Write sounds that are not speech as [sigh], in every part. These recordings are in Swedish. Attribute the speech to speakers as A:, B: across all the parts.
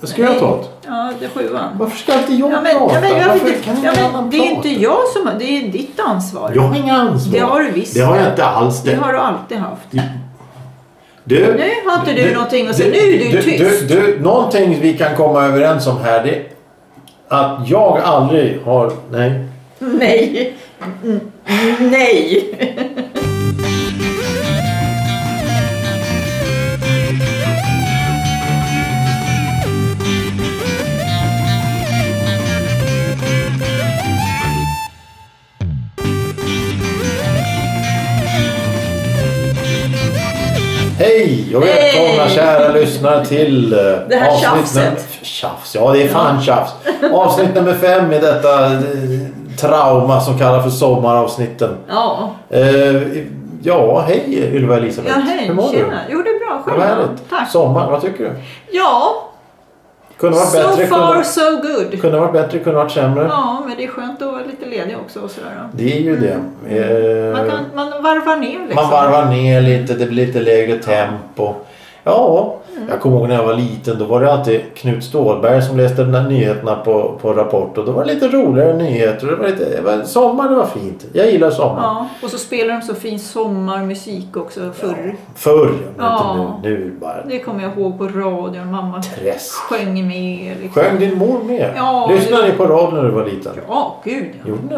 A: Det ska jag ta åt.
B: Ja, det är sjuan.
A: Varför ska alltid jag
B: Ja, men,
A: prata?
B: ja, men, jag,
A: Varför kan
B: ja,
A: ingen
B: men,
A: annan
B: det är ju
A: prata?
B: inte jag som har... Det är ju ditt ansvar.
A: Jag har inga ansvar.
B: Det har du visst.
A: Det har jag inte alls.
B: Det
A: Det.
B: har du alltid haft.
A: Du,
B: Nu har inte du någonting att säga. Nu är du tyst.
A: Du, du, någonting vi kan komma överens om här det är att jag aldrig har... Nej.
B: Nej. Mm, Nej.
A: Hej och välkomna
B: Hej!
A: kära lyssnare till eh,
B: Det här
A: avsnitt
B: tjafset.
A: nummer- Tjafs, ja det är fan tjafs. Avsnitt nummer fem i detta eh, trauma som kallas för sommaravsnitten.
B: Ja.
A: Eh, ja, hej Ylva Elisabeth.
B: Ja, hej.
A: Hur mår
B: Tjena. Jo, det är bra.
A: du? Vad
B: Själv
A: härligt.
B: då? Tack.
A: Sommar, vad tycker du?
B: Ja,
A: Kunde varit
B: so
A: bättre,
B: far
A: kunde,
B: so good.
A: kunde varit bättre, kunde varit sämre.
B: Ja, men det är skönt att vara lite ledig också och sådär. då.
A: Det är ju det. Eh,
B: Mm. Man, kan, man varvar ner liksom.
A: Man varvar ner lite, det blir lite lägre tempo. Ja,
B: Mm.
A: jag kommer ihåg när jag var liten. Då var det alltid Knut Ståhlberg som läste de där nyheterna på, på Rapport. Och då var det lite roligare nyheter. Det var lite, det var, sommar, det var fint. Jag gillar sommar.
B: Ja, och så spelar de så fin sommarmusik också förr.
A: Förr, men
B: Ja.
A: inte nu. Nu är det bara
B: Det kommer jag ihåg på radion. Mamma
A: träsk.
B: sjöng med. Liksom.
A: Sjöng din mor med?
B: Ja,
A: Lyssnade
B: det-
A: ni på radio när du var liten?
B: Ja, Mm-hmm. gud ja.
A: Gjorde ni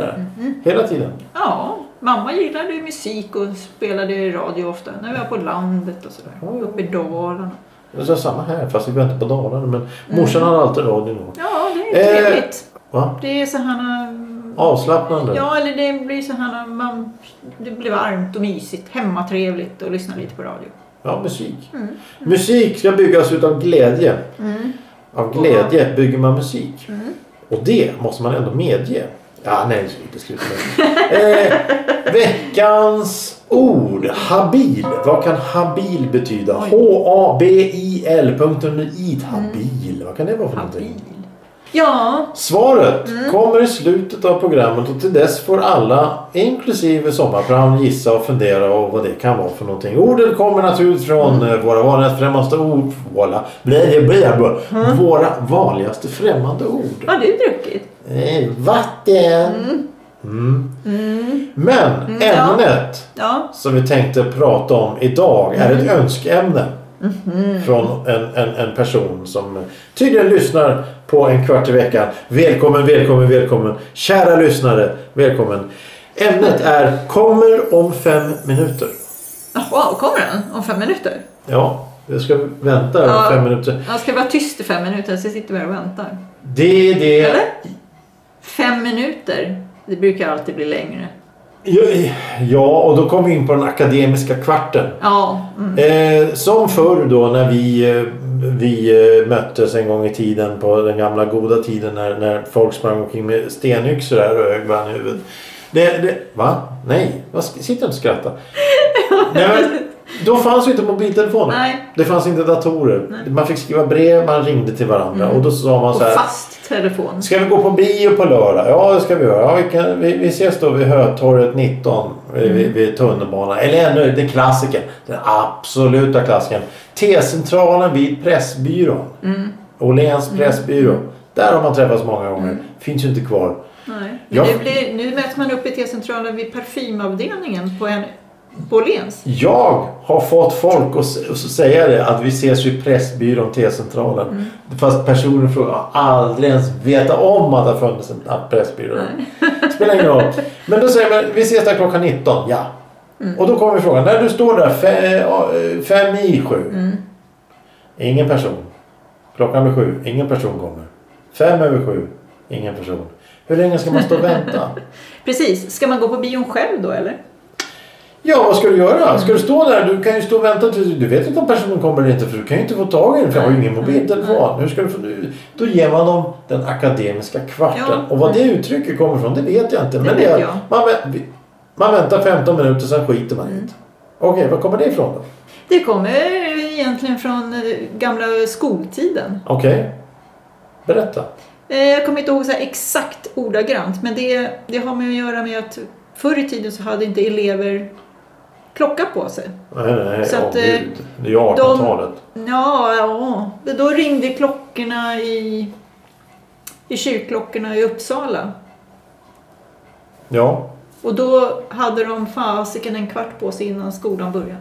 A: det? Hela tiden?
B: ja. Mamma gillade ju musik och spelade i radio ofta. När vi var på landet och sådär.
A: Ja.
B: Uppe i Dalarna.
A: Det var samma här, fast vi var inte på Dalarna. Men morsan hade alltid radio då.
B: Ja, det är
A: Eh.
B: trevligt.
A: Va?
B: Det är så här... mm,
A: Avslappnande?
B: Ja, eller det blir så här... Man, det blir varmt och mysigt. Hemmatrevligt och lyssna lite på radio.
A: Ja, musik.
B: Mm.
A: Musik ska byggas utav glädje. Av glädje bygger man musik.
B: Mm.
A: Och det måste man ändå medge. Ja, nej, det slutar eh, Veckans ord. Habil. Vad kan habil betyda?
B: Oj. Mm.
A: H-A-B-I-L. Punkten under i. Habil. Vad kan det vara för någonting?
B: Habil. Ja,
A: Svaret kommer i slutet av programmet och till dess får alla, inklusive sommarpram, gissa och fundera och vad det kan vara för någonting. Orden kommer naturligtvis från eh, våra vanligaste främmande ord. Våra, blä, blä, blä, våra vanligaste främmande ord.
B: vad har du druckit?
A: Eh, Vatten. Mm. Men
B: ja.
A: ämnet
B: Ja,
A: som vi tänkte prata om idag är
B: Mm.
A: ett önskeämne.
B: Mhm.
A: Från en, en, en person som tydligen lyssnar på en kvart i veckan. Välkommen, välkommen, välkommen. Kära lyssnare, välkommen. Ämnet är Kommer om fem minuter.
B: wow, kommer den om fem minuter?
A: Ja, jag ska vänta
B: Ja.
A: fem minuter.
B: Jag ska vara tyst i fem minuter så jag sitter bara och väntar.
A: Det är det...
B: Eller? Fem minuter, det brukar alltid bli längre.
A: Ja, Ja, och då kommer vi in på den akademiska kvarten.
B: Ja, mm.
A: Eh, som förr då när vi, eh, vi eh, möttes en gång i tiden på den gamla goda tiden när, när folk sprang omkring med stenyxor där och högg varandra i huvudet. Det, det, va? Nej, vad sk- sitt inte och skratta.
B: [laughs]
A: Nej, men, då fanns ju inte mobiltelefoner.
B: Nej.
A: Det fanns inte datorer. Man fick skriva brev, man ringde till varandra och då sa man
B: Mm. och
A: så här.
B: fast telefon.
A: Ska vi gå på bio på lördag? Ja, det ska vi göra. Ja, vi, kan, vi, vi ses då vid Hötorget 19 vid, vid, vid tunnelbanan. Eller ännu, den klassiken. Den absoluta klassiken. T-centralen vid Pressbyrån. Åhléns Pressbyrå. Där har man träffats många gånger. Finns ju inte kvar.
B: Nej.
A: Ja.
B: Men det blir, nu möts man uppe i T-centralen vid parfymavdelningen på, en, på Åhléns.
A: Jag har fått folk att s- att säga det att vi ses vid Pressbyrån, T-centralen. Fast personer frågar har aldrig ens veta om att det har funnits en en Pressbyrå. Spelar ingen roll. Men då säger man vi ses där klockan 19. Ja. Och då kommer frågan när du står där fe- ja, eh, fem i sju. Ingen person. Klockan blir sju. Ingen person kommer. Fem över sju. Ingen person. Hur länge ska man stå och vänta?
B: Precis, ska man gå på bion själv då eller?
A: Ja, vad ska du
B: Mm.
A: göra? Ska du stå där? Du kan ju stå och vänta tills du vet inte om personen kommer eller inte för du kan ju inte få tag i den för jag har ju ingen mobiltelefon. Hur ska du få... Då ger man dem den akademiska kvarten.
B: Ja.
A: Och vad det uttrycket kommer från det vet jag inte. Men
B: vet
A: är-
B: jag.
A: Man, vä- man väntar 15 minuter sen skiter man i
B: Mm.
A: det. Okej, var kommer det ifrån då?
B: Det kommer egentligen från eh, gamla skoltiden.
A: Okej, berätta.
B: Eh, Jag kommer inte ihåg så här exakt ordagrant, men det, det har med att göra med att förr i tiden så hade inte elever klocka på sig.
A: Nej, nej,
B: Så
A: åh,
B: att, eh,
A: gud. Det är ju 1800-talet.
B: Ja, ja, då ringde klockorna i, i kyrkklockorna i Uppsala.
A: Ja.
B: Och då hade de fasiken en kvart på sig innan skolan började.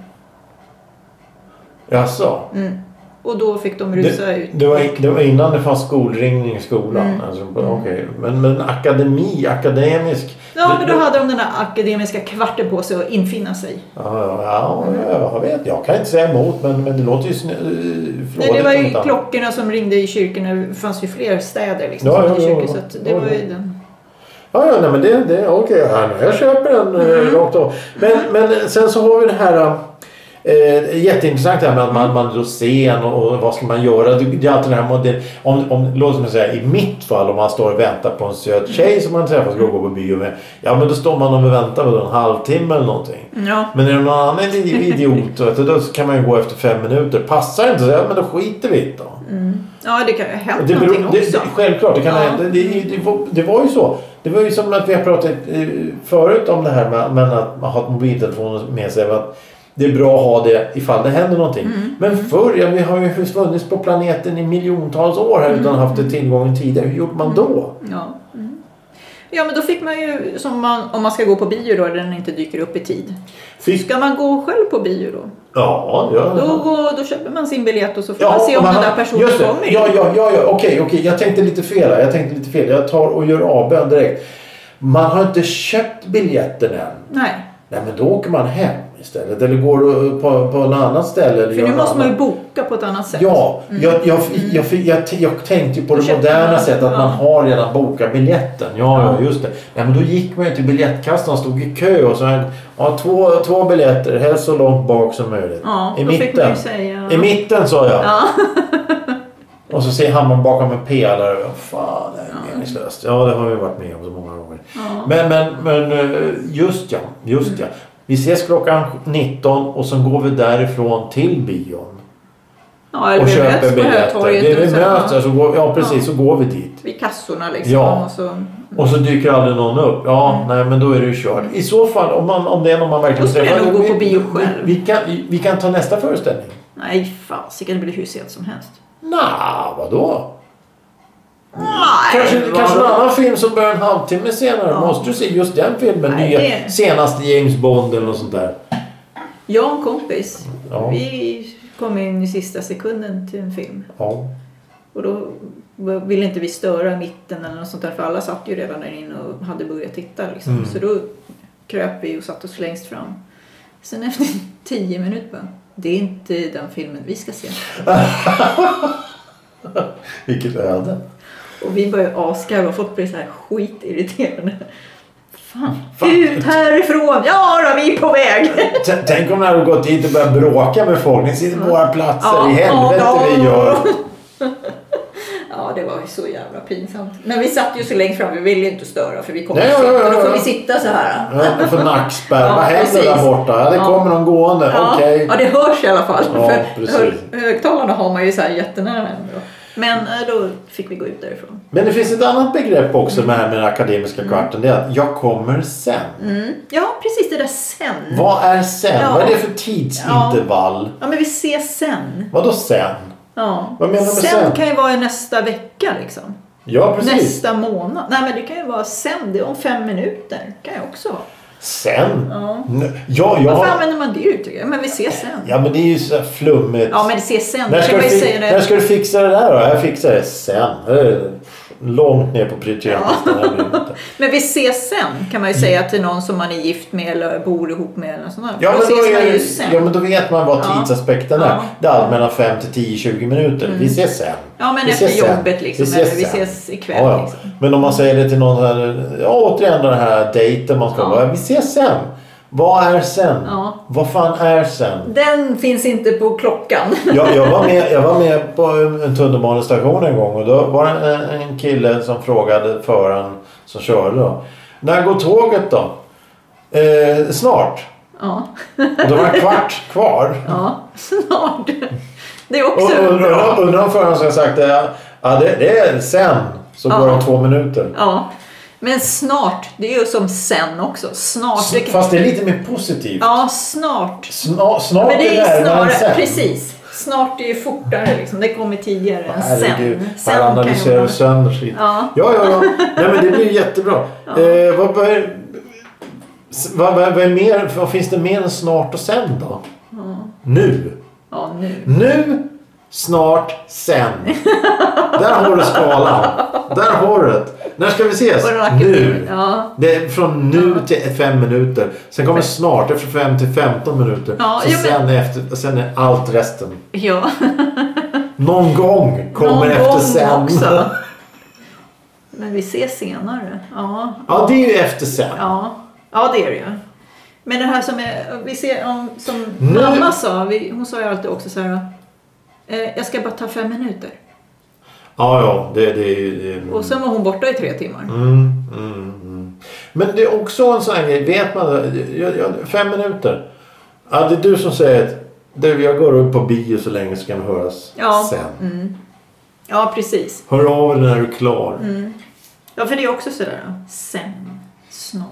A: Jaså?
B: Mm. Och då fick de rusa
A: Det,
B: ut.
A: det, var, det var innan det fanns skolringning i skolan?
B: Mm.
A: Alltså, okej. men, men akademi, akademisk?
B: Ja,
A: det-
B: men då hade de den där akademiska kvarten på sig att infinna sig.
A: Ja, ja, ja, ja, jag vet. Jag kan inte säga emot men, men det låter ju eh, snö,
B: Nej, det var ju
A: utan-
B: klockorna som ringde i kyrkorna. Det fanns ju fler städer liksom,
A: Ja,
B: som
A: ja,
B: hade
A: ja,
B: kyrkor,
A: ja.
B: så att det
A: Ja,
B: var
A: ja.
B: ju den.
A: Ja, ja, nej, men det, det okej. Ja, nej, jag köper den eh, rakt av. Men, men sen så har vi det här eh, jätteintressant det här med att man, man är då sen och, och vad ska man göra. Det, det är alltid den här modell, om, om, låt mig säga i mitt fall om man står och väntar på en söt tjej som man träffar ska gå på bio med. Ja, men då står man och väntar på en halvtimme eller någonting.
B: Ja.
A: Men är det någon annan idiot vet du, då kan man ju gå efter fem minuter. Passar det inte så ja, men då skiter vi i det då.
B: Mm. ja, det kan ju ha hänt
A: Det beror,
B: någonting
A: det,
B: också.
A: det, självklart, det, kan
B: Ja.
A: hända. det, det, det, var, det var ju så. Det var ju som att vi har pratat eh, förut om det här med, med att man har ett mobiltelefon med sig. Att det är bra att ha det ifall det händer någonting.
B: Mm.
A: Men förr, ja, vi har ju funnits på planeten i miljontals år här utan haft det tillgången tidigare. Hur gjorde man då?
B: Ja. Mm. ja, men då fick man ju, som man, om man ska gå på bio då, den inte dyker upp i tid.
A: Fisk?
B: Ska man gå själv på bio då?
A: Ja, ja.
B: Då, går, då köper man sin biljett och så får man se om
A: man
B: den
A: har-
B: där personen
A: just det.
B: kommer.
A: Ja, ja, ja, ja. okej, okej. Jag tänkte lite fel här. Jag tänkte lite fel. Jag tar och gör avbön direkt. Man har inte köpt biljetten än.
B: Nej,
A: Nej men då åker man hem istället eller går och- på, på något annat ställe. Eller
B: för
A: gör
B: nu
A: något
B: måste man ju
A: annat.
B: boka på ett annat sätt.
A: Ja, jag, jag, jag, jag, jag tänkte ju på
B: Mm. Då
A: det
B: köpte
A: moderna
B: man-
A: sättet att
B: ja.
A: man har redan bokat biljetten. Ja, ja, just det. Nej, men då gick man ju till biljettkassan, stod i kö och så här, ja, två, två biljetter, helst så långt bak som möjligt.
B: Ja,
A: I
B: då fick man
A: mitten.
B: ju säga...
A: I mitten sa jag.
B: Ja.
A: Och så ser hamnar bakom en pelare. och Fan, det här är meningslöst. Ja, det har vi varit med om så många gånger.
B: Ja. Mm.
A: Men, men, men eh, just ja, just ja. Vi ses klockan 19 och sen går vi därifrån till bion.
B: ja, eller
A: och
B: vi
A: köper
B: möts på
A: biljetter.
B: Hötorget.
A: Vi, vi
B: och så-
A: möts där så går, ja, precis, så går vi dit.
B: Vid kassorna liksom.
A: Ja.
B: Och så...
A: Och så dyker aldrig någon upp. Ja, nej men då är det ju kört. I så fall, om, man, om det är någon man verkligen
B: Mm. Då skulle jag
A: träffar,
B: nog gå
A: vi-
B: på bio
A: vi-
B: själv.
A: Vi kan, vi kan ta nästa föreställning.
B: Nej, fasiken, det blir hur sent som helst.
A: Nja, vadå?
B: Nej,
A: Kanske,
B: vadå?
A: kanske en annan film som börjar en halvtimme senare.
B: Ja.
A: Måste du se just den filmen?
B: Nej,
A: Nya,
B: det-
A: Senaste James Bond eller något sånt där.
B: Jag och en kompis,
A: Ja.
B: vi kom in i sista sekunden till en film.
A: Ja.
B: Och då ville inte vi störa mitten eller något sånt där för alla satt ju redan där inne och hade börjat titta liksom.
A: Mm.
B: Så då kröp vi och satt oss längst fram. Sen efter [laughs] tio minuter bara, det är inte den filmen vi ska se.
A: Vilket öde.
B: Och vi började asgarva och folk blev så här skitirriterade. Fan,
A: Fan.
B: ut härifrån! Ja då, vi är på väg!
A: T- Tänk om ni hade gått dit och börjat bråka med folk. Ni sitter på våra platser.
B: Ja,
A: I helvete
B: ja, ja.
A: vi gör.
B: [laughs] Ja, det var ju så jävla pinsamt. Men vi satt ju så längst fram, vi ville ju inte störa för vi kommer
A: Nej,
B: sent.
A: ja, ja,
B: och Då
A: ja,
B: får
A: ja.
B: vi sitta så här.
A: Ja, för nackspärr.
B: Ja,
A: Vad händer
B: precis.
A: där borta? Ja, det
B: Ja.
A: kommer någon gående.
B: Ja,
A: Okej.
B: ja, det hörs i alla fall.
A: Ja,
B: för
A: precis.
B: hö- högtalarna har man ju så här jättenära ändå. Men eh, då fick vi gå ut därifrån.
A: Men det finns ett annat begrepp också med det här med den akademiska kvarten. Det är att jag kommer sen.
B: Mm. Ja, precis det där sen.
A: Vad är sen?
B: Mm. Ja.
A: Vad är det för tidsintervall?
B: Ja, men vi ses sen.
A: Vadå sen?
B: Ja.
A: Vad menar du med
B: sen,
A: sen?
B: kan ju vara nästa vecka liksom.
A: Ja, precis.
B: Nästa månad. Nej, men det kan ju vara sen. Det är om fem minuter. kan ju också vara.
A: Sen?
B: Ja.
A: N- Ja, jag
B: Varför
A: har...
B: använder man det uttrycket? Men vi ses sen. Ja,
A: Ja, men det är ju så här flummigt.
B: men det ses sen.
A: När
B: Då
A: ska,
B: kan
A: du
B: man ju
A: fi-
B: säga
A: när
B: det.
A: ska du fixa det där då? Jag fixar det sen. Det är Långt ner på prioriteringslistan. det blir inte.
B: Men vi ses sen kan man ju säga till någon som man är gift med eller bor ihop med. Eller sånt
A: [laughs]
B: där.
A: Mm. Ja,
B: då
A: men då
B: ses man
A: är,
B: ju sen.
A: ja men då vet man vad
B: Ja.
A: tidsaspekten är.
B: Ja. Mm.
A: Det är allt mellan 5 till 10, 20 minuter. Vi ses sen.
B: Ja, men
A: vi
B: efter
A: ses sen.
B: jobbet liksom,
A: Vi ses,
B: eller vi
A: sen.
B: ses ikväll,
A: Ja, ja.
B: liksom.
A: Men om man säger det till någon här, ja, återigen den här dejten man ska
B: Ja.
A: vara. Vi ses sen. Vad är sen?
B: Ja.
A: Vad fan är sen?
B: Den finns inte på klockan.
A: Jag, jag, var med, jag var med på en tunnelbanestation en gång och då var det en, en kille som frågade föraren som körde då. När går tåget då? Eh, snart.
B: Ja,
A: Och då var det kvart kvar.
B: ja snart. Det är
A: Och,
B: också
A: och,
B: bra.
A: undrar- undrar om föraren ska ha sagt det. Ja, det, det är sen. Så går
B: Ja.
A: det om två minuter.
B: Ja. Men snart, det är ju som sen också. Snart. Det kan,
A: Fast det är lite mer positivt.
B: ja, snart.
A: Sna, snart
B: Men det är
A: närmare än
B: snarare,
A: sen.
B: precis. Snart är ju fortare liksom. Det kommer tidigare än
A: Herregud,
B: sen.
A: här
B: Sen
A: analyserar vi
B: man...
A: sönder skit.
B: Ja.
A: Ja, ja, ja. Nej, men det blir jättebra. Eh, vad, vad, är- s- vad, vad, vad, är mer, vad finns det mer än snart och sen då? Nu.
B: ja, nu.
A: Nu, snart, sen. Där har du skalan. Där har du det. När ska vi ses?
B: Och racket
A: Nu.
B: Ja.
A: Det är från nu till fem minuter. Sen kommer snart efter fem till femton minuter.
B: Ja,
A: Så
B: ja, men-
A: sen, är efter, sen är allt resten.
B: ja.
A: Någon gång kommer
B: Någon
A: efter
B: gång
A: sen.
B: också. Men vi ses senare. Ja.
A: Ja, det är ju efter sen.
B: Ja, ja det är det ju. Men det här som, är, vi ser, om, som
A: Nu-
B: mamma sa, vi, hon sa ju alltid också så här. eh, Jag ska bara ta fem minuter.
A: Ja, ja. Det, det, det, mm,
B: Och sen var hon borta i tre timmar.
A: mm, mm. Men det är också en sån här grej. Vet man jag, jag, Fem minuter. Ja, det är du som säger att du, jag går upp på bio så länge så kan vi höras
B: Ja.
A: sen.
B: Mm. Ja, precis.
A: Hör av dig när du är klar.
B: Mm. Ja, för det är också sådär. Sen. Snart.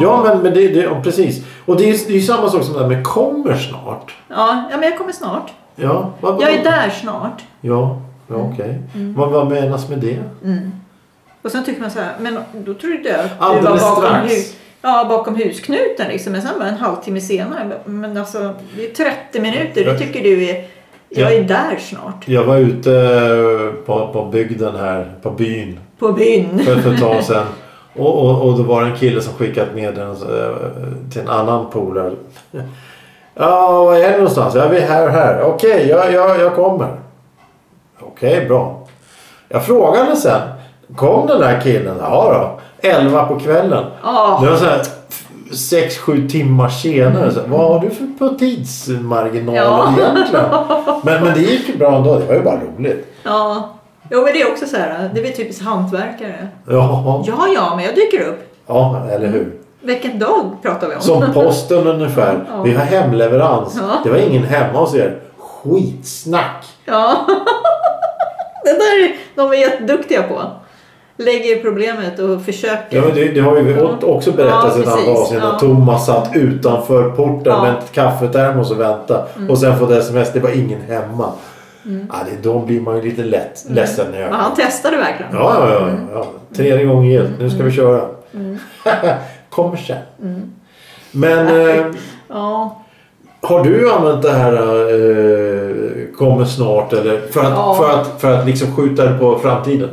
A: Ja, men, men det, det, ja, precis. Och det är ju det är ju samma sak som det här med kommer snart.
B: Ja, ja, men jag kommer snart.
A: Ja, vad,
B: Jag är där Mm. snart.
A: Ja, ja okej. Vad, vad menas med det?
B: Och sen tycker man så här, men då trodde jag att du var
A: Alldeles
B: bakom,
A: strax.
B: hus, ja, bakom husknuten liksom. Men sen bara en halvtimme senare. Men alltså, det är 30 minuter. Det tycker du är, jag är där snart.
A: Jag var ute eh, på, på bygden här, på byn,
B: På byn.
A: för, för ett tag sedan. Och, och, och då var det en kille som skickat med den eh, till en annan polare. Ja, var är ni någonstans? Ja, vi är här och här. Okej, jag, jag, jag kommer. Okej, bra. Jag frågade sen. Kom den där killen? Ja då. Elva på kvällen.
B: Ja.
A: Det var så här 6-7 timmar senare. Så, här, vad har du för på tidsmarginaler
B: Ja.
A: egentligen? Men, men det gick ju bra ändå. Det var ju bara roligt.
B: Ja. Jo, men det är också så här, det är väl typiskt hantverkare.
A: Ja,
B: Ja, ja, men jag dyker upp.
A: ja eller hur?
B: Vilken dag pratar vi om? [laughs]
A: Som posten ungefär.
B: Ja.
A: Vi har hemleverans.
B: Ja.
A: Det var ingen hemma hos er. Skitsnack.
B: Ja. [laughs] Det där är de är jätteduktiga på. Lägger problemet och försöker.
A: Ja, men det, det har ju vi
B: Ja.
A: också
B: Ja,
A: berättat i ett
B: precis.
A: annat avsnitt. När
B: Ja.
A: Thomas satt utanför porten
B: Ja. Mm.
A: med ett kaffetermos och väntade. Och sen fått sms. Det var ingen hemma. Ja, det, då blir man ju lite lätt,
B: Mm.
A: ledsen i
B: Men
A: ögonen.
B: han testade verkligen.
A: Ja, ja, ja.
B: Mm.
A: ja. Tredje gången gillt. Nu ska vi köra. [laughs] Kommer sen.
B: Mm.
A: Men eh,
B: Ja.
A: har du använt det här eh, kommer snart eller för att,
B: Ja.
A: för att, för att liksom skjuta det på framtiden?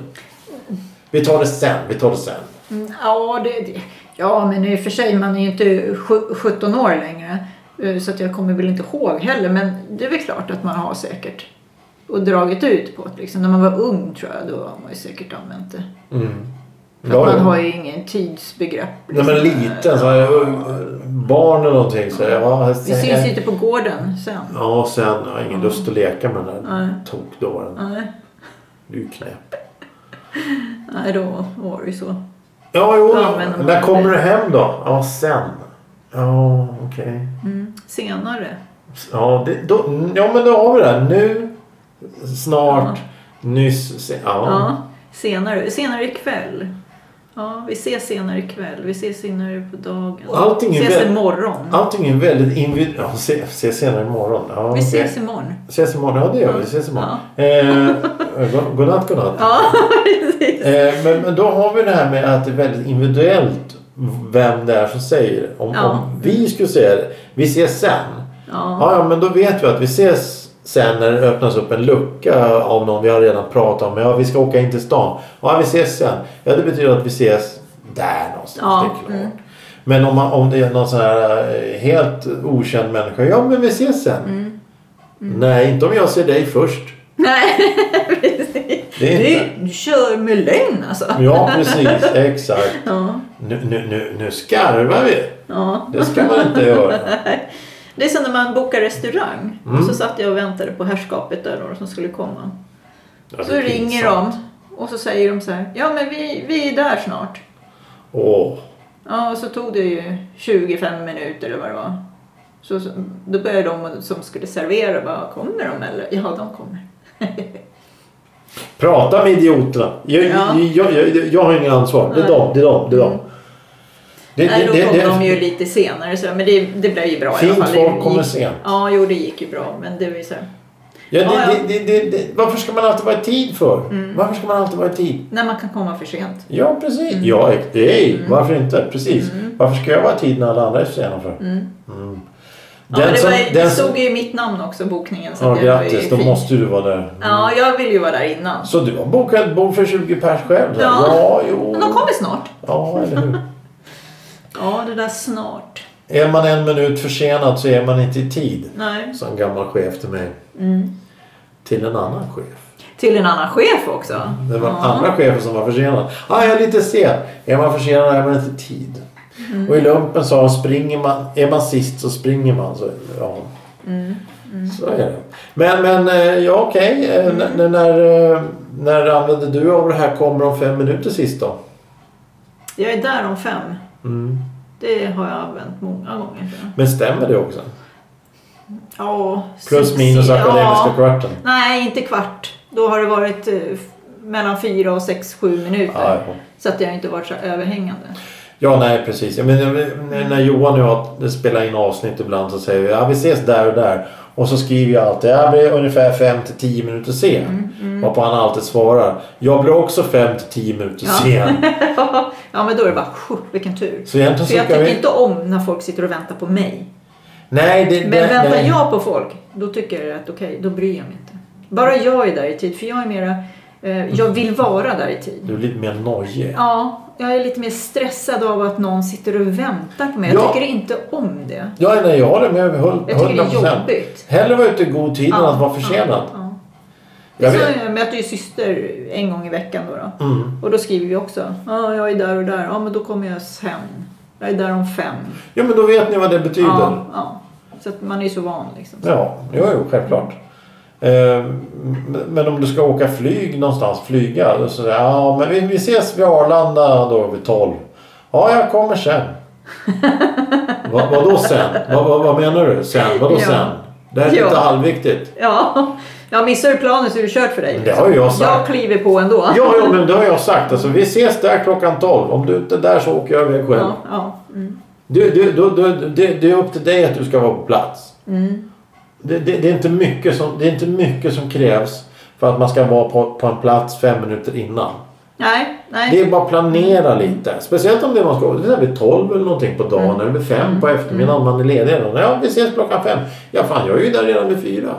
A: Vi tar det sen. Vi tar det sen.
B: Mm, Ja, det, det. ja, men i och för sig, man är ju inte sju- 17 år längre. eh, Så att jag kommer väl inte ihåg heller. Men det är väl klart att man har säkert och dragit ut på det. Liksom. När man var ung tror jag, då har man ju säkert använt det.
A: Mm.
B: För att man har ju ingen tidsbegrepp. liksom.
A: När man är liten, så här, barn eller någonting så ja,
B: Vi
A: sen,
B: syns ju inte på gården sen.
A: ja, sen jag har ingen lust att leka med den
B: Nej.
A: där tokdåren.
B: Nej,
A: Du är ju knäpp.
B: nej då var det ju så.
A: Ja, jo.
B: Ja, men-
A: När kommer du hem då? Ja, sen. Ja, okej.
B: Mm. Senare.
A: Ja, det, då, ja, men då har vi det. här. Nu, snart, nyss. Se, ja.
B: Ja, senare. Senare ikväll. Ja, vi ses senare ikväll. Vi ses senare på dagen.
A: Allting är
B: ses
A: väl-
B: imorgon.
A: Allting är väldigt invid... Ja, se, se senare imorgon. Ja,
B: Vi
A: okej.
B: ses imorgon.
A: Ses imorgon. Ja, det gör vi. Vi ses imorgon. Eh, go- godnatt, godnatt.
B: [laughs] Ja, precis.
A: Eh, men, men då har vi det här med att det är väldigt individuellt vem det är som säger det. om,
B: Ja.
A: om vi skulle säga det, vi ses sen.
B: Ja,
A: Ja, ja, men då vet vi att vi ses sen när det öppnas upp en lucka av någon vi har redan pratat om. Ja, vi ska åka in till stan. Ja, vi ses sen. Ja, det betyder att vi ses där någonstans.
B: Ja,
A: det är klart.
B: mm.
A: Men om, man, om det är någon sån här eh, helt okänd människa. Ja, men vi ses sen.
B: Mm.
A: Nej, inte om jag ser dig först.
B: nej, precis.
A: Det är
B: Du, du kör med lögn alltså.
A: Ja, precis. Exakt.
B: Ja,
A: Nu, nu, nu, nu skarvar vi.
B: ja.
A: Det ska man inte göra.
B: Det är som när man bokar restaurang.
A: Mm.
B: Och så satt jag och väntade på herrskapet där då, som skulle komma.
A: Ja,
B: [laughs] Så
A: Alltså, det är
B: ringer
A: pinsamt.
B: de och så säger de så här. Ja, men vi, vi är där snart.
A: Åh.
B: Ja, och så tog det ju 25 minuter eller vad det var. Så, så, då började de som skulle servera bara, kommer de eller? Ja, de kommer.
A: Prata med idioterna. Jag,
B: Ja.
A: jag, jag, jag, jag har inget ansvar. Det är
B: Nej. Mm.
A: dem, det är dem, det är dem. Det,
B: Nej,
A: det,
B: då
A: det,
B: kom de
A: det,
B: ju lite senare så, men det, det blev ju bra i alla
A: Fint
B: fall. Det
A: folk kommer
B: gick-
A: sent.
B: Ja, jo det gick ju bra men det var ju så här,
A: ja, det,
B: Ja, Mm. ja.
A: det, det, det, det, varför ska man alltid vara i tid för? Varför ska man alltid vara i tid?
B: när man kan komma för sent.
A: Ja, precis.
B: Mm.
A: Ja, det är, varför inte? Precis. Varför ska jag vara i tid när alla andra är sena för? Mm.
B: Ja, men det,
A: som-
B: var, ju- det
A: den som-
B: stod ju mitt namn också bokningen så
A: Ja,
B: det var ju
A: grattis. Då
B: fint.
A: måste du vara där.
B: Ja, jag ville ju vara där innan.
A: Så du har bokat bord för 20 pers själv?
B: Ja.
A: ja jo.
B: Men de kommer snart.
A: Ja, eller hur?
B: Ja, det där snart.
A: Är man en minut försenad så är man inte i tid.
B: Nej. Mm.
A: Sa en gammal chef till mig. Till en annan chef.
B: Till en annan chef också.
A: Det var
B: ja.
A: andra chefen som var försenad. Ah, jag är lite sen. Är man försenad är man inte i tid.
B: Mm.
A: Och i lumpen sa han, springer man, är man sist så springer man. Så, ja.
B: Mm,
A: så är det. Men, men eh, ja okej. Eh, n-
B: Mm.
A: n- När, eh, när använde du av det här kommer om fem minuter sist då? Mm.
B: Jag är där om fem. Det har jag använt många gånger. tror jag.
A: Men stämmer det också?
B: Ja,
A: Plus
B: sex-
A: minus akademiska
B: ja.
A: kvarten?
B: Nej, inte kvart. Då har det varit eh, f- mellan fyra och sex, sju minuter.
A: Ja, Ah, ja.
B: Så att det har inte varit så överhängande. [laughs]
A: Ja, nej precis. Jag menar, när- när Johan och jag spelar in avsnitt ibland så säger vi ja, vi ses där och där. Och så skriver jag alltid jag blir ungefär 5 till 10 minuter sen.
B: Mm,
A: Varpå han alltid svarar jag blir också 5 till 10 minuter sen.
B: ja, men då är det bara, "Sju, vilken tur.
A: Så
B: [laughs]
A: egentligen
B: För
A: så
B: jag
A: kan
B: tycker
A: vi...
B: inte om när folk sitter och väntar på mig.
A: Nej, det,
B: Men
A: nej,
B: väntar
A: nej.
B: jag på folk, då tycker jag att okej, då bryr jag mig inte. Bara jag är där i tid, för jag är mera, eh, jag vill vara där i tid.
A: Du är lite mer nojig.
B: Ja, jag är lite mer stressad av att någon sitter och väntar på mig. Jag
A: Ja.
B: tycker inte om det.
A: Ja, nej, jag håller med hund- 100%.
B: Jag tycker det är jobbigt.
A: Hellre vara ute i god tid än
B: Ja,
A: att vara försenad.
B: Ja, ja.
A: Jag
B: Så
A: vet-
B: jag möter ju syster en gång i veckan då. då.
A: Mm.
B: Och då skriver vi också, ja, jag är där och där, ja men då kommer jag sen. Jag är där om fem.
A: Ja, men då vet ni vad det betyder.
B: Ja, ja. Så att man är ju så van liksom.
A: Ja, jo, jo självklart. Eh, m- Men om du ska åka flyg någonstans, flyga, då säger jag ja men vi, vi ses vid Arlanda då vid 12. Ja, jag kommer
B: [laughs]
A: sen. Va, vadå sen? Va, va, vad menar du? Sen? Vadå
B: Ja.
A: sen? Det här är
B: Ja.
A: lite halvviktigt.
B: Ja, [laughs] jag missar du planen så är det kört för dig. liksom.
A: Det har ju jag sagt.
B: Jag kliver på ändå.
A: Ja, ja, men det har jag sagt. Alltså, vi ses där klockan 12. Om du inte är där så åker jag iväg själv.
B: ja, ja. Mm.
A: Du, du, du, du, det, det är upp till dig att du ska vara på plats. Det, det, det, är inte mycket som, det är inte mycket som krävs för att man ska vara på, på en plats fem minuter innan.
B: Nej, nej.
A: Det är bara att planera lite. Speciellt om det är man ska det är vid 12 eller någonting på dagen eller vid 5 på eftermiddagen. Man är ledig redan. Ja, vi ses klockan 5. Ja, fan jag är ju där redan vid 4.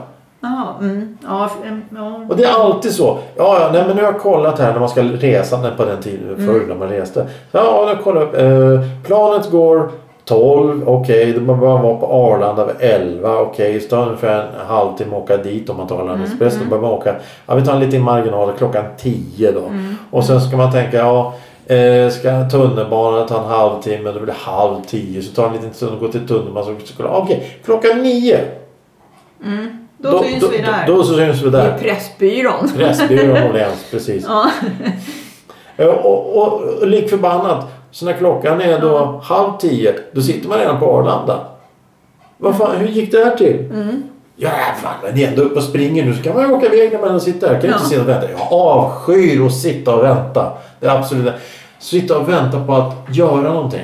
B: Jaha, mm. ja, f- mm, ja.
A: Och det är alltid så. Ja, ja, nej, men nu har jag kollat här när man ska resa när- på den tiden
B: Mm.
A: förr när man reste. Ja, då kollar jag upp. Eh, planet går 12, okej, då man behöver vara på Arlanda vid 11, okej, så tar det ungefär en halvtimme att åka dit om man tar Arlanda
B: Mm,
A: Express. Då behöver man åka, ja vi tar en liten marginal klockan 10 då.
B: Mm.
A: Och sen ska man tänka, ja Eh, ska tunnelbanan ta en halvtimme, då blir det halv tio. Så tar det en liten stund att gå till tunnelbanan. så- så kolla, Okej, klockan nio.
B: Då, syns
A: då,
B: vi där.
A: Då, då så syns vi
B: det
A: där.
B: är Pressbyrån.
A: Pressbyrån Åhléns, precis.
B: Ja.
A: Eh, Och, och, och lik förbannat, så när klockan är då halv tio, då sitter man redan på Arlanda. Vad fan, hur gick det här till?
B: Mm.
A: Ja, fan, men det är ändå uppe och springer nu. Så kan man ju åka iväg när man ändå sitter här. Kan
B: Ja.
A: inte sitta och vänta. Jag avskyr att sitta och vänta. Det är absolut Sitta och vänta på att göra någonting.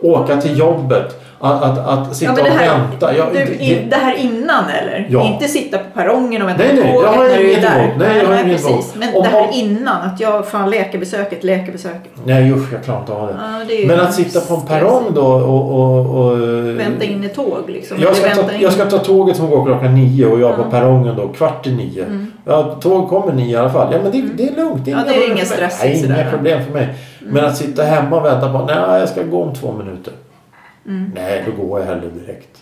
A: Åka till jobbet. Att, att, att sitta
B: Ja, men det,
A: och
B: här,
A: vänta. Jag,
B: du,
A: det-
B: i, det här innan eller?
A: Ja.
B: Inte sitta på perrongen och vänta
A: Nej,
B: på
A: nej,
B: tåget
A: det har jag
B: när du är
A: inget
B: där.
A: emot. Nej, jag har inget
B: precis.
A: emot.
B: Men
A: Om-
B: det
A: om-
B: här innan, att jag fan läkarbesöket, läkarbesöket.
A: nej, usch, jag klarar inte av det.
B: Ja, det är ju
A: Men att sitta på en perrong då och... och, och
B: Vänta in i tåg liksom.
A: Mm. Jag
B: Eller
A: ska, ta,
B: vänta in-
A: jag ska ta tåget som går klockan nio och jag på perrongen då kvart i nio. Ja, tåg kommer nio i alla fall. Ja, men det, det är lugnt.
B: Mm. Ja, det är
A: problem
B: ingen
A: för mig.
B: stress
A: Nej,
B: sådär,
A: inga
B: va? Mm.
A: problem för mig. Men att sitta hemma och vänta på nej jag ska gå om två minuter.
B: Mm.
A: Nej, då går jag hellre direkt.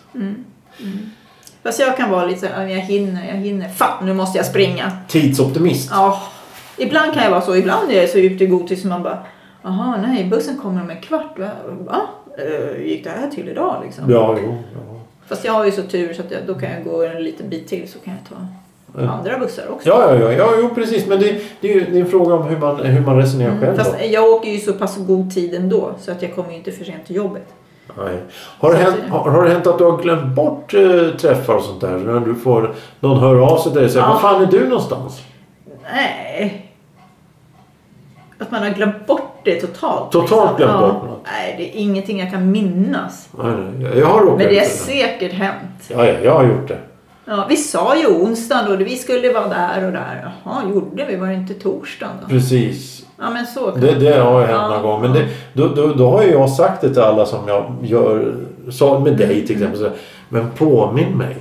B: Fast jag kan vara lite så här, jag hinner, jag hinner. Fan, nu måste jag springa.
A: Tidsoptimist.
B: Ja, ibland kan jag vara så. Ibland är jag så ute i god tid som man bara, jaha, nej, bussen kommer om en kvart. Va? Va? Eh, gick det här till idag liksom?
A: Ja, jo. Ja.
B: Fast jag har ju så tur så att jag, då kan jag gå en liten bit till så kan jag ta andra bussar också.
A: Ja, ja, ja, ja, jo precis. Men det, det, är ju, det är en fråga om hur man, hur man resonerar själv. Då.
B: Mm, Fast jag åker ju så pass god tid ändå så att jag kommer ju inte för sent till jobbet.
A: Nej. Har, det hänt, har, har det hänt att du har glömt bort eh, träffar och sånt där? När du får, någon hör av sig till dig och säger,
B: Ja.
A: var fan är du någonstans?
B: Nej. Att man har glömt bort det totalt. liksom.
A: Totalt glömt bort något.
B: Nej, det är ingenting jag kan minnas.
A: Nej, nej, jag- Jag har råkat
B: Men det är
A: ut för
B: säkert hänt.
A: Ja, ja, jag har gjort det.
B: Ja, vi sa ju onsdagen då, vi skulle vara där och där. Jaha, gjorde vi? Var det inte torsdagen då?
A: Precis.
B: Ja, men så kan
A: Mm. Det, det har ju hänt
B: Ja.
A: några gånger. Men det, då, då, då har ju jag sagt det till alla som jag gör. Sa med dig till exempel. Så, men påminn mig.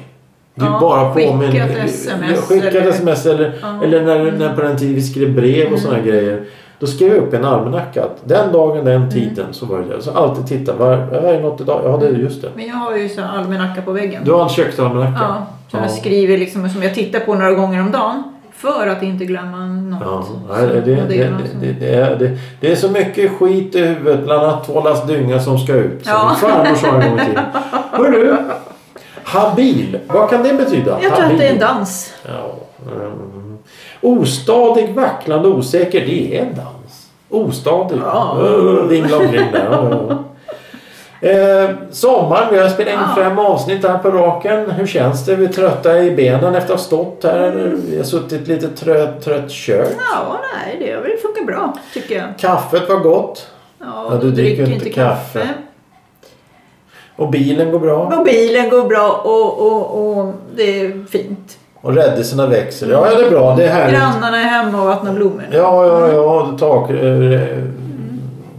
A: Du
B: Ja,
A: bara
B: skicka
A: påminn.
B: ett SMS
A: Skicka ett
B: eller-
A: sms eller,
B: Ja. Mm.
A: eller när, när på den tiden vi skrev brev och sådana grejer. Då skrev jag upp i en almanacka att den dagen, den tiden
B: Mm.
A: så var det det. Så alltid titta. Var, är det något idag? Ja, det är just det.
B: Men jag har ju så här almanacka på väggen.
A: Du har en köksalmanacka?
B: Ja, som jag
A: Ja.
B: skriver liksom, och som jag tittar på några gånger om dagen. För att inte glömma något.
A: Ja,
B: Så-
A: nej, det, det,
B: och
A: det,
B: är någon som-
A: det, det, är- det, det är så mycket skit i huvudet, bland annat två last dynga som ska ut. Som
B: Ja.
A: min farmor sa en gång i tiden. Hörru! Habil, vad kan det betyda?
B: Jag tror att
A: Habil.
B: det är en dans.
A: Ja, mm. Ostadig, vacklande, osäker. Det är en dans. Ostadig.
B: Ja.
A: Öh, Vingla omkring där. Ja, ja. Eh, sommaren, vi har spelat in
B: Ja.
A: fem avsnitt här på raken. Hur känns det? Vi är trötta i benen efter att ha stått här.
B: Mm.
A: Vi har suttit lite trött, trött kör.
B: Ja, nej, det har väl funkat bra tycker jag.
A: Kaffet var gott.
B: Ja,
A: Ja, du
B: då
A: dricker ju inte kaffe. Och bilen går bra.
B: Och bilen går bra och, och, och det är fint.
A: Och räddelserna växer. Ja, ja, det är bra. Det är härligt.
B: Grannarna är hemma och vattnar blommor.
A: Ja, ja, ja. Tak, eh,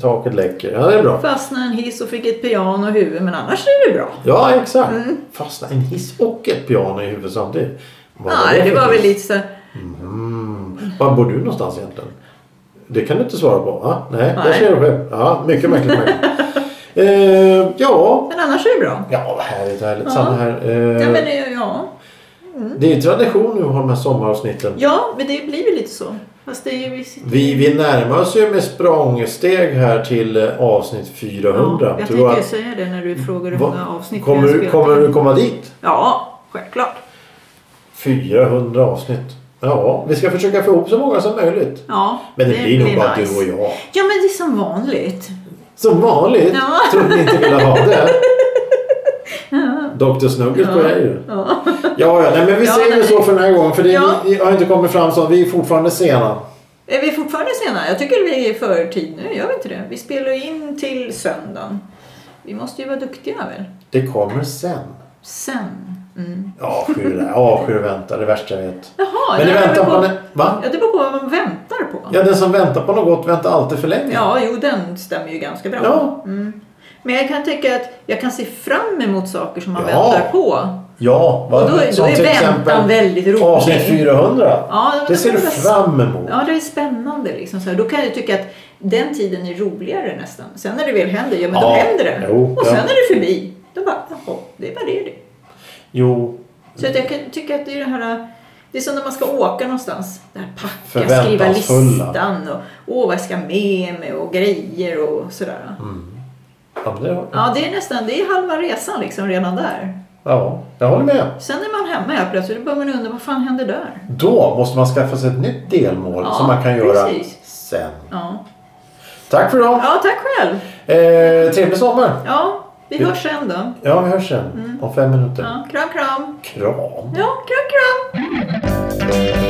A: taket läcker. Ja, det är bra.
B: Fastnade en hiss och fick ett piano i huvudet men annars är det bra.
A: Ja, exakt.
B: Mm.
A: Fastna en hiss och ett piano i huvudet samtidigt. Vad
B: Nej, det
A: för
B: var väl
A: hiss?
B: lite så här,
A: Mm. Var bor du någonstans egentligen? Det kan du inte svara på, va? Nej, där
B: Nej.
A: ser du själv. Ja, mycket märkligt.
B: [laughs]
A: märkligt. eh, ja.
B: Men annars är det bra.
A: Ja, vad härligt, härligt.
B: Ja.
A: Samma här. Eh,
B: Ja, men det, ja.
A: Det är ju tradition nu att ha de här sommaravsnitten.
B: ja, men det blir väl lite så. Fast det är ju... Vi sitter...
A: Vi, vi närmar oss ju med språngsteg här till eh, avsnitt 400.
B: jag
A: Tror du
B: tänkte ju
A: att-
B: säga det när du frågar hur
A: Va-
B: många avsnitt
A: kommer,
B: vi har
A: du,
B: spelat
A: kommer
B: in.
A: du komma dit?
B: Ja, självklart.
A: 400 avsnitt. Ja, vi ska försöka få ihop så många som möjligt.
B: Ja,
A: Men det, blir nog bara
B: nice.
A: du och jag.
B: Ja, men det är som vanligt.
A: Som vanligt.
B: Ja.
A: Trodde ni inte ville ha
B: [laughs]
A: det. Dr Snuggles på er ju.
B: Ja. [laughs]
A: Ja, ja, nej, men vi
B: Ja,
A: säger
B: nej.
A: så för den här gången. För det
B: Ja.
A: vi, har inte kommit fram så. Vi är fortfarande sena.
B: Är vi fortfarande sena? Jag tycker vi är för tid nu, gör vi inte det? Vi spelar ju in till söndagen. Vi måste ju vara duktiga väl?
A: Det kommer sen.
B: Sen. Mm.
A: Avskyr det. Avskyr att vänta. Det värsta jag vet.
B: Jaha,
A: Men det
B: nej,
A: väntar
B: beror
A: på...
B: på...
A: Va?
B: Ja, det beror på vad man väntar på. Ja,
A: Ja, den som väntar på något gott väntar alltid för länge.
B: jo, den stämmer ju ganska bra.
A: Ja.
B: Mm. Men jag kan tänka att jag kan se fram emot saker som man
A: Ja.
B: väntar på.
A: Ja, vad-
B: Och då- då
A: som
B: är
A: till
B: väntan
A: exempel
B: väldigt rolig.
A: Avsnitt 400.
B: Ja, men
A: det ser
B: det
A: du
B: var-
A: fram emot.
B: Ja, det är spännande. Liksom. Så här, då kan jag tycka att den tiden är roligare nästan. Sen när det väl händer, ja
A: Ja,
B: men då händer det.
A: jo,
B: och sen
A: ja.
B: är det förbi. Då bara, jaha, det var det det.
A: Jo,
B: Så att jag kan tycka att det är det här... Det är som när man ska åka någonstans. Det här packa, skriva
A: Förväntansfulla.
B: listan och åh vad jag ska med mig och grejer och sådär.
A: Mm. ja, men det,
B: Ja, det är nästan det är halva resan liksom redan där.
A: ja, jag håller med.
B: Sen är man hemma helt plötsligt och börjar man undra vad fan hände där?
A: Då måste man skaffa sig ett nytt delmål
B: Ja,
A: som man kan göra
B: precis.
A: sen.
B: Ja,
A: Tack för idag.
B: ja tack själv.
A: Eh, trevlig sommar.
B: Ja, vi
A: Ja.
B: hörs sen då.
A: Ja, vi hörs
B: Mm.
A: sen om fem minuter.
B: Ja, kram, kram.
A: Kram.
B: Ja, kram, kram.